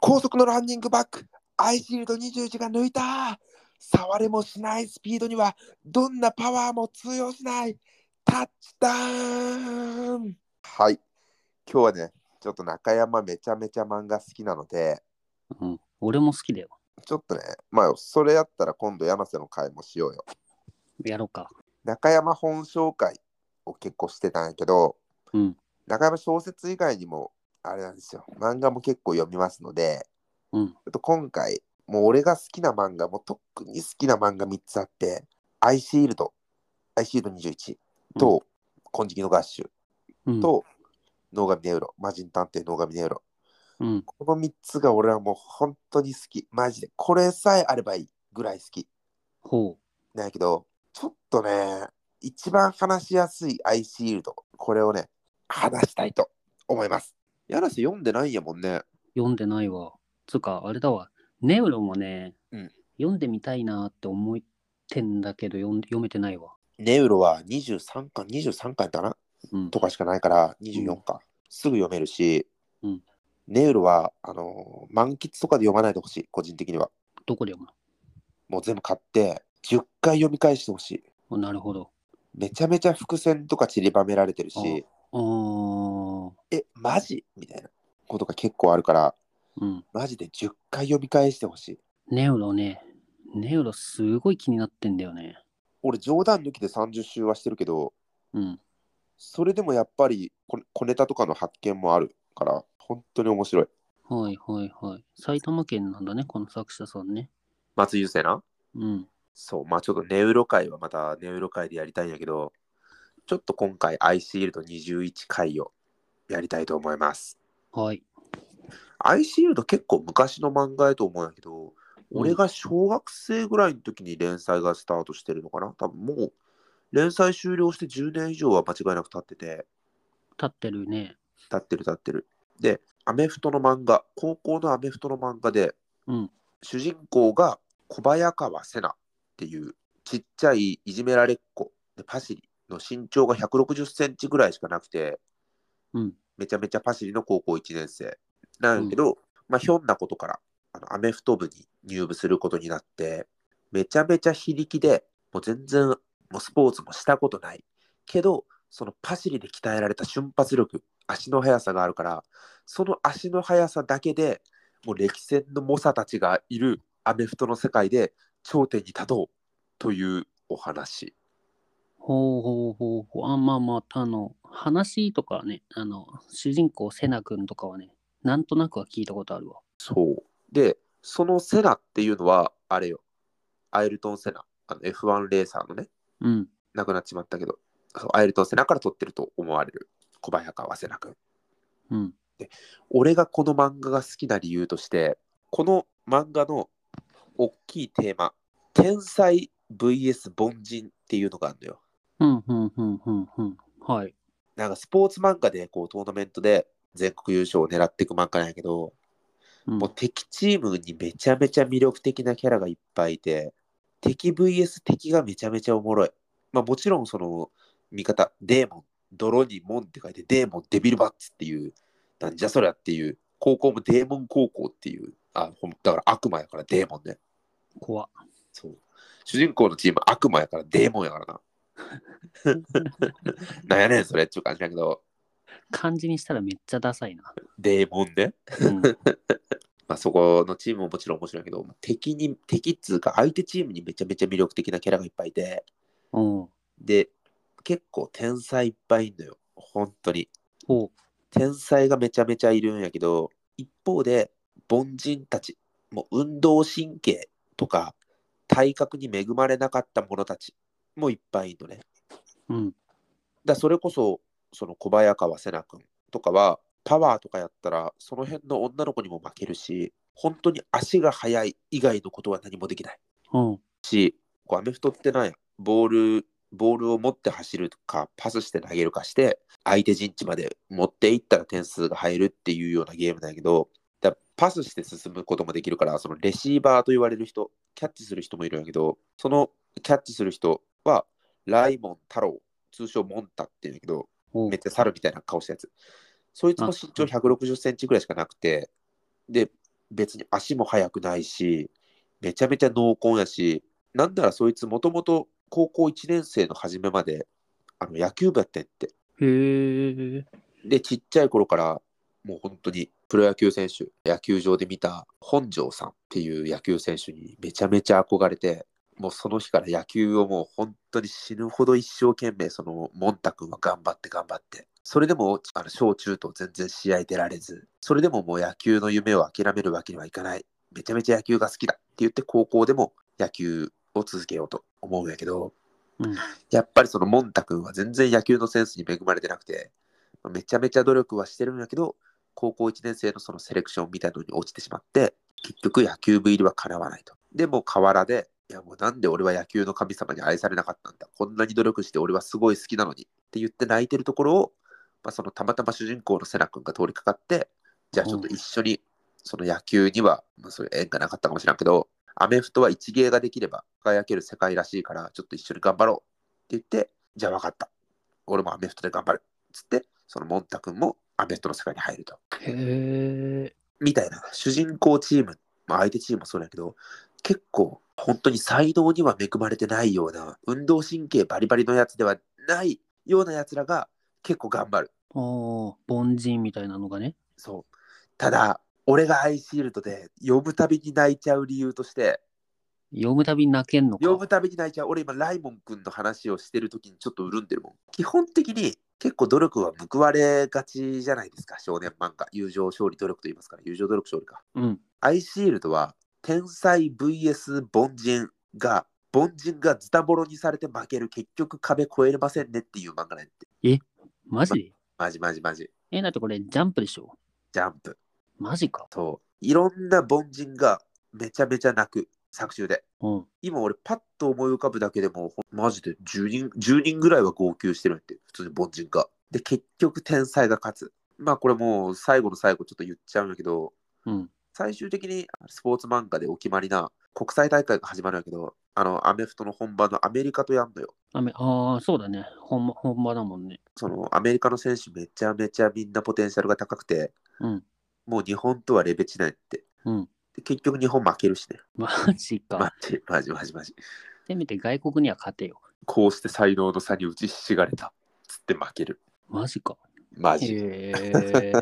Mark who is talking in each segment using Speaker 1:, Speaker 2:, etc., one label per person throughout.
Speaker 1: 高速のランニングバック、アイシールド21が抜いた。触れもしないスピードには、どんなパワーも通用しない。タッチダウンはい。今日はね、ちょっと中山めちゃめちゃ漫画好きなので、
Speaker 2: うん、俺も好きだよ。
Speaker 1: ちょっとね、まあ、それやったら今度山瀬の会もしようよ。
Speaker 2: やろうか。
Speaker 1: 中山本紹介を結構してたんやけど、
Speaker 2: うん
Speaker 1: 中山小説以外にもあれなんですよ漫画も結構読みますので、
Speaker 2: うん
Speaker 1: ちょっと今回もう俺が好きな漫画もう特に好きな漫画3つあって「アイシールド」「アイシールド21」と「金色の合衆
Speaker 2: うん、」
Speaker 1: と「能神ネウロ」「魔人探偵能神ネウロ
Speaker 2: うん、」
Speaker 1: この3つが俺はもう本当に好きマジでこれさえあればいいぐらい好き
Speaker 2: ほ
Speaker 1: なんやけど、ちょっとね、一番話しやすいアイシールド、これをね、話したいと思います。柳瀬読んでないんやもんね。
Speaker 2: う。読んでないわ。つうか、あれだわ。ネウロもね、
Speaker 1: うん
Speaker 2: 読んでみたいなって思ってんだけど読ん読めてないわ。
Speaker 1: ネウロは23巻、23巻だな
Speaker 2: うん
Speaker 1: と。かしかないから、24巻。すぐ読めるし、
Speaker 2: うん
Speaker 1: ネウロは、あのー満喫とかで読まないでほしい、個人的には。
Speaker 2: どこで読
Speaker 1: もう全部買って、10回読み返してほしい。
Speaker 2: むのなるほど。
Speaker 1: めちゃめちゃ伏線とか散りばめられてる
Speaker 2: あ
Speaker 1: し、
Speaker 2: あー、
Speaker 1: え、マジみたいなことが結構あるから、
Speaker 2: うん。
Speaker 1: マジで10回読み返してほしい。
Speaker 2: ネウロね、ネウロすごい気になってんだよね。
Speaker 1: 俺冗談抜きで30周はしてるけど
Speaker 2: うん。
Speaker 1: それでもやっぱりこ小ネタとかの発見もあるから本当に面白い
Speaker 2: はいはいはい。埼玉県なんだね、この作者さんね。
Speaker 1: 松井優生な
Speaker 2: うん。
Speaker 1: そうまあちょっとネウロ会はまたネウロ会でやりたいんやけどちょっと今回アイシールド21回をやりたいと思います
Speaker 2: はい。
Speaker 1: アイシールド結構昔の漫画やと思うんやけど俺が小学生ぐらいの時に連載がスタートしてるのかな多分もう連載終了して10年以上は間違いなく経ってて
Speaker 2: 立ってるね。
Speaker 1: 立ってる立ってる。で、アメフトの漫画、高校のアメフトの漫画で、
Speaker 2: うん
Speaker 1: 主人公が小早川瀬名っていうちっちゃいいじめられっ子でパシリの身長が160センチぐらいしかなくて、
Speaker 2: うん。
Speaker 1: めちゃめちゃパシリの高校1年生なんやけど、まあ、ひょんなことからあのアメフト部に入部することになってめちゃめちゃ非力でもう全然もうスポーツもしたことないけどそのパシリで鍛えられた瞬発力足の速さがあるからその足の速さだけでもう歴戦の猛者たちがいるアメフトの世界で頂点に立とうというお話
Speaker 2: ほうほうほうほう。あ、まあまあ、あの、話とかはね、あの、主人公、セナ君とかはね、なんとなくは聞いたことあるわ。
Speaker 1: そう。で、そのセナっていうのは、あれよ、アイルトン・セナ、あの F1 レーサーのね、
Speaker 2: うん。
Speaker 1: 亡くなっちまったけど、そうアイルトン・セナから取ってると思われる小早川セナ君。
Speaker 2: うん。
Speaker 1: 俺がこの漫画が好きな理由として、この漫画の大きいテーマ、天才 VS 凡人っていうのがあるのよ。
Speaker 2: うん、うん、うん、うん、うん。はい。
Speaker 1: なんかスポーツ漫画でこうトーナメントで全国優勝を狙っていく漫画なんやけど、
Speaker 2: うん
Speaker 1: もう敵チームにめちゃめちゃ魅力的なキャラがいっぱいいて、敵 VS 敵がめちゃめちゃおもろい。まあもちろんその味方、デーモン、泥にモンって書いて、デーモン、デビルバッツっていう、なんじゃそりゃっていう、高校もデーモン高校っていう、あ、ほんだから悪魔やからデーモンね。
Speaker 2: 怖っ
Speaker 1: そう。主人公のチーム悪魔やからデーモンやからな。なんやねんそれっていう感じだけど、
Speaker 2: 漢字にしたらめっちゃダサ いな。
Speaker 1: デーモンね。
Speaker 2: うん、
Speaker 1: まあ、そこのチームももちろん面白いけど、敵に、敵っつうか、相手チームにめちゃめちゃ魅力的なキャラがいっぱいいて、
Speaker 2: おう
Speaker 1: で、結構天才いっぱいいんのよ、本当に。
Speaker 2: おう
Speaker 1: 天才がめちゃめちゃいるんやけど、一方で、凡人たち、もう運動神経とか、体格に恵まれなかった者たちもいっぱいいるのね。
Speaker 2: うん。
Speaker 1: だそれこそその小早川瀬名君とかはパワーとかやったらその辺の女の子にも負けるし本当に足が速い以外のことは何もできない
Speaker 2: おう
Speaker 1: しこうアメフトってなんやボールボールを持って走るかパスして投げるかして相手陣地まで持っていったら点数が入るっていうようなゲームなんやけどだパスして進むこともできるからそのレシーバーと言われる人キャッチする人もいるんやけどそのキャッチする人はライモン太郎通称モンタっていうんやけど
Speaker 2: おう
Speaker 1: めっちゃ猿みたいな顔したやつ。そいつも身長160センチぐらいしかなくて、で、別に足も速くないし、めちゃめちゃ濃厚やし、なんならそいつもともと高校1年生の初めまであの野球部やってんって。
Speaker 2: へえ。
Speaker 1: で、ちっちゃい頃からもう本当にプロ野球選手、野球場で見た本庄さんっていう野球選手にめちゃめちゃ憧れて、もうその日から野球をもう本当に死ぬほど一生懸命、そのモンタ君は頑張って頑張って、それでもあの小中と全然試合出られず、それでももう野球の夢を諦めるわけにはいかない、めちゃめちゃ野球が好きだって言って高校でも野球を続けようと思うんやけど、
Speaker 2: うん。
Speaker 1: やっぱりそのモンタ君は全然野球のセンスに恵まれてなくて、めちゃめちゃ努力はしてるんだけど、高校1年生のそのセレクションみたいのに落ちてしまって、結局野球部入りは叶わないと。でもう河原で、いやもうなんで俺は野球の神様に愛されなかったんだ。こんなに努力して俺はすごい好きなのにって言って泣いてるところを、まあ、そのたまたま主人公のセナ君が通りかかって、じゃあちょっと一緒に、その野球には、まあ、それ縁がなかったかもしれんけど、アメフトは一芸ができれば輝ける世界らしいから、ちょっと一緒に頑張ろう。って言って、じゃあ分かった。俺もアメフトで頑張る。つって、そのモンタ君もアメフトの世界に入ると。
Speaker 2: へえ。
Speaker 1: みたいな、主人公チーム、まあ、相手チームもそうだけど、結構、本当に才能には恵まれてないような、運動神経バリバリのやつではないようなやつらが結構頑張る。
Speaker 2: ああ、凡人みたいなのがね。
Speaker 1: そう。ただ、俺がアイシールドで呼ぶたびに泣いちゃう理由として、
Speaker 2: 読むたびに泣けんのか。
Speaker 1: 呼ぶたびに泣いちゃう。俺今、ライモン君の話をしてる時にちょっと潤んでるもん。基本的に結構努力は報われがちじゃないですか、少年漫画。友情勝利努力と言いますから、友情努力勝利か。
Speaker 2: うん。
Speaker 1: アイシールドは、天才 VS 凡人が、凡人がズタボロにされて負ける、結局壁越えれませんねっていう漫画なんて。
Speaker 2: マジ
Speaker 1: マジマジマジ。
Speaker 2: え、だってこれジャンプでしょ
Speaker 1: ジャンプ
Speaker 2: マジか。
Speaker 1: と、いろんな凡人がめちゃめちゃ泣く、作中で。
Speaker 2: うん。
Speaker 1: 今俺パッと思い浮かぶだけでもほんマジで10人 ,10 人ぐらいは号泣してるんやって普通に凡人がで結局天才が勝つまあこれもう最後の最後ちょっと言っちゃうんだけど
Speaker 2: うん。
Speaker 1: 最終的にスポーツ漫画でお決まりな国際大会が始まるんやけどあのアメフトの本場のアメリカとやんのよ
Speaker 2: あめああ、そうだね。ほんま、ほんまだもんね。
Speaker 1: そのアメリカの選手めちゃめちゃみんなポテンシャルが高くて
Speaker 2: うん。
Speaker 1: もう日本とはレベチないって
Speaker 2: うん。
Speaker 1: で結局日本負けるしね
Speaker 2: マジ
Speaker 1: マ
Speaker 2: か。
Speaker 1: ジマジマジマジ
Speaker 2: せめて外国には勝てよ。
Speaker 1: こうして才能の差に打ちひしがれたつって負ける
Speaker 2: マジか。
Speaker 1: マジ
Speaker 2: へえ。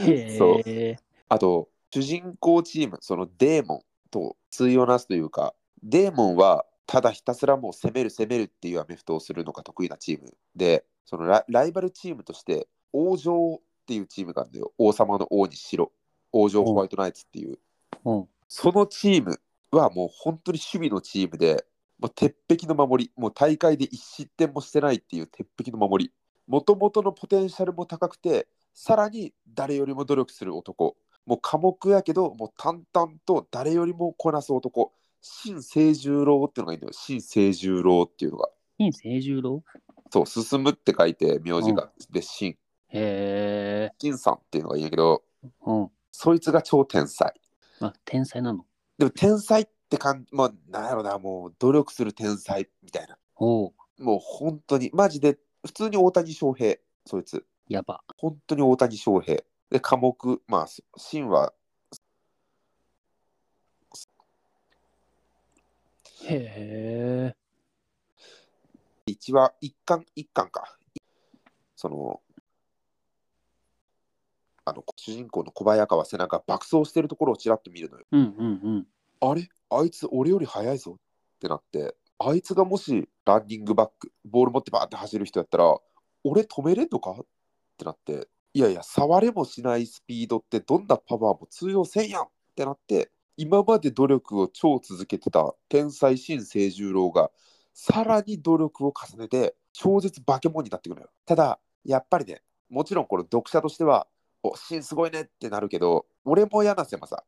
Speaker 2: へえ。
Speaker 1: あと、主人公チーム、そのデーモンと対をなすというか、デーモンはただひたすらもう攻める攻めるっていうアメフトをするのが得意なチームで、そのラライバルチームとして、王城っていうチームがあるんだよ。王様の王に白、王城ホワイトナイツっていう。
Speaker 2: うん。
Speaker 1: そのチームはもう本当に守備のチームで、もう鉄壁の守り、もう大会で1失点もしてないっていう鉄壁の守り、もともとのポテンシャルも高くて、さらに誰よりも努力する男、もう寡黙やけど、もう淡々と誰よりもこなす男、新清十郎っていうのがいいんだよ、新清十郎っていうのが。
Speaker 2: 金清十郎
Speaker 1: そう、進むって書いて、名字が。で、新、
Speaker 2: へえ。
Speaker 1: 新さんっていうのがいいんだけど、
Speaker 2: うん。
Speaker 1: そいつが超天才。
Speaker 2: あ、天才なの。
Speaker 1: でも天才って感じ、まあ、なんやろな、もう努力する天才みたいな。
Speaker 2: おう。
Speaker 1: もう本当に、マジで、普通に大谷翔平、そいつ。
Speaker 2: やば。
Speaker 1: 本当に大谷翔平。で、科目、まあ、シンは、
Speaker 2: へえ。
Speaker 1: 1話、1巻、一巻か。その、あの、主人公の小早川背中、爆走してるところをちらっと見るのよ。
Speaker 2: うんうんうん。
Speaker 1: あれあいつ俺より速いぞってなって、あいつがもしランニングバック、ボール持ってバーって走る人やったら、俺止めれんのかってなって、いやいや、触れもしないスピードってどんなパワーも通用せんやんってなって、今まで努力を超続けてた天才新清十郎が、さらに努力を重ねて、超絶化け物になってくるのよ。ただ、やっぱりね、もちろんこれ読者としては、お、新すごいねってなるけど、俺も柳瀬正。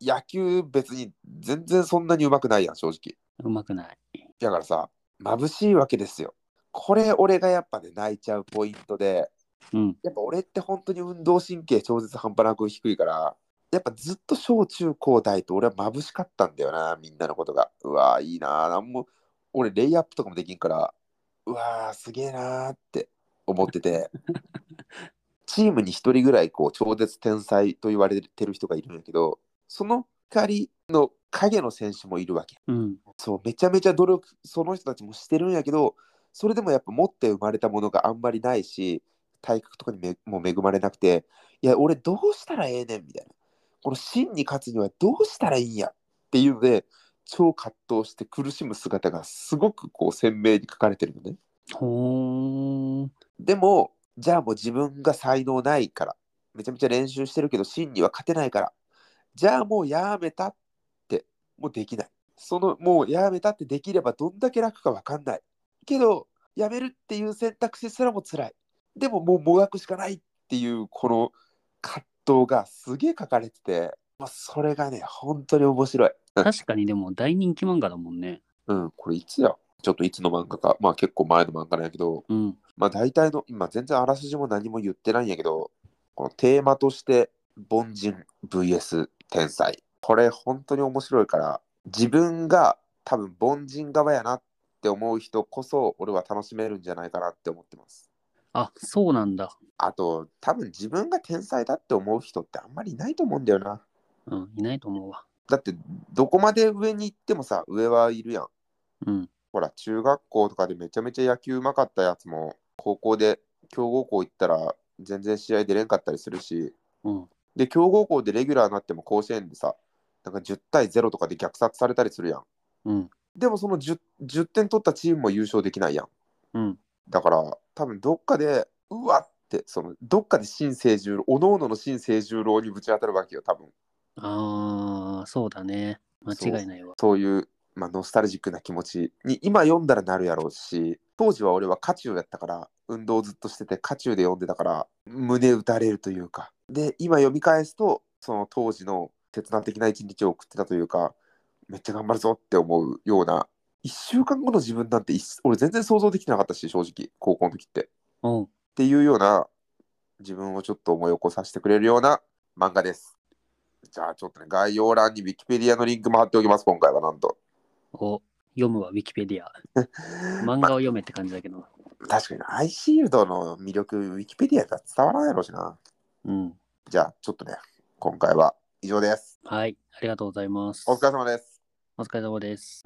Speaker 1: 野球別に全然そんなに上手くないやん正直
Speaker 2: うまくない。
Speaker 1: だからさ眩しいわけですよこれ俺がやっぱね泣いちゃうポイントで
Speaker 2: うん。
Speaker 1: やっぱ俺って本当に運動神経超絶半端なく低いからやっぱずっと小中高大と俺は眩しかったんだよなみんなのことがうわーいいなーなんも俺レイアップとかもできんからうわーすげえなーって思っててチームに一人ぐらいこう超絶天才と言われてる人がいるんやけどその光の影の選手もいるわけ。
Speaker 2: うん。
Speaker 1: そう、めちゃめちゃ努力、その人たちもしてるんやけど、それでもやっぱ持って生まれたものがあんまりないし、体格とかにめも恵まれなくて、いや、俺どうしたらええねんみたいな。この真に勝つにはどうしたらいいんやっていうので、超葛藤して苦しむ姿がすごくこう鮮明に書かれてるのね。
Speaker 2: ほーん。
Speaker 1: でも、じゃあもう自分が才能ないから、めちゃめちゃ練習してるけど、真には勝てないから、じゃあもうやめたって、もうできない。その、もうやめたってできればどんだけ楽か分かんない。けど、やめるっていう選択肢すらも辛い。でももうもがくしかないっていう、この葛藤がすげえ書かれてて、まあ、それがね、本当に面白い。
Speaker 2: 確かにでも大人気漫画だもんね。
Speaker 1: うん、これいつやちょっといつの漫画か、まあ結構前の漫画なんやけど、
Speaker 2: うん。
Speaker 1: まあ大体の、今全然あらすじも何も言ってないんやけど、このテーマとして、凡人 VS 天才。これ本当に面白いから、自分が多分凡人側やなって思う人こそ、俺は楽しめるんじゃないかなって思ってます。
Speaker 2: あ、そうなんだ。
Speaker 1: あと、多分自分が天才だって思う人ってあんまりいないと思うんだよな。
Speaker 2: うん、いないと思うわ。
Speaker 1: だって、どこまで上に行ってもさ、上はいるやん。
Speaker 2: うん。
Speaker 1: ほら、中学校とかでめちゃめちゃ野球うまかったやつも、高校で強豪校行ったら全然試合出れんかったりするし、
Speaker 2: うん。
Speaker 1: で、強豪校でレギュラーになっても甲子園でさ、なんか10対0とかで虐殺されたりするやん。
Speaker 2: うん。
Speaker 1: でもその 10, 10点取ったチームも優勝できないやん。
Speaker 2: うん。
Speaker 1: だから、多分どっかで、うわって、その、どっかで新清十郎、おののの新清十郎にぶち当たるわけよ、多分。
Speaker 2: ああ、そうだね。間違いないわ。
Speaker 1: そういう、まあ、ノスタルジックな気持ちに今読んだらなるやろうし当時は俺は渦中やったから運動ずっとしてて渦中で読んでたから胸打たれるというかで今読み返すとその当時の切断的な一日を送ってたというかめっちゃ頑張るぞって思うような1週間後の自分なんて一俺全然想像できてなかったし正直高校の時って。
Speaker 2: うん。
Speaker 1: っていうような自分をちょっと思い起こさせてくれるような漫画です。じゃあちょっとね、概要欄に Wikipedia のリンクも貼っておきます、今回はなんと。
Speaker 2: を読むわ、ウィキペデ ィア。漫画を読めって感じだけど。
Speaker 1: 確かに、アイシールドの魅力、Wikipedia では伝わらないやろうしな。
Speaker 2: うん。
Speaker 1: じゃあちょっとね、今回は以上です。
Speaker 2: はい。ありがとうございます。
Speaker 1: お疲れ様です。
Speaker 2: お疲れ様です。